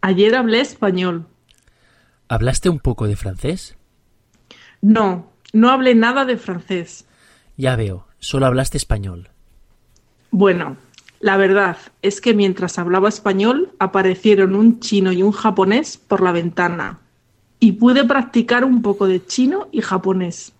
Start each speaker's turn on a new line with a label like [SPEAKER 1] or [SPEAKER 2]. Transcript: [SPEAKER 1] Ayer hablé español.
[SPEAKER 2] ¿Hablaste un poco de francés?
[SPEAKER 1] No, no hablé nada de francés.
[SPEAKER 2] Ya veo, solo hablaste español.
[SPEAKER 1] Bueno, la verdad es que mientras hablaba español aparecieron un chino y un japonés por la ventana y pude practicar un poco de chino y japonés.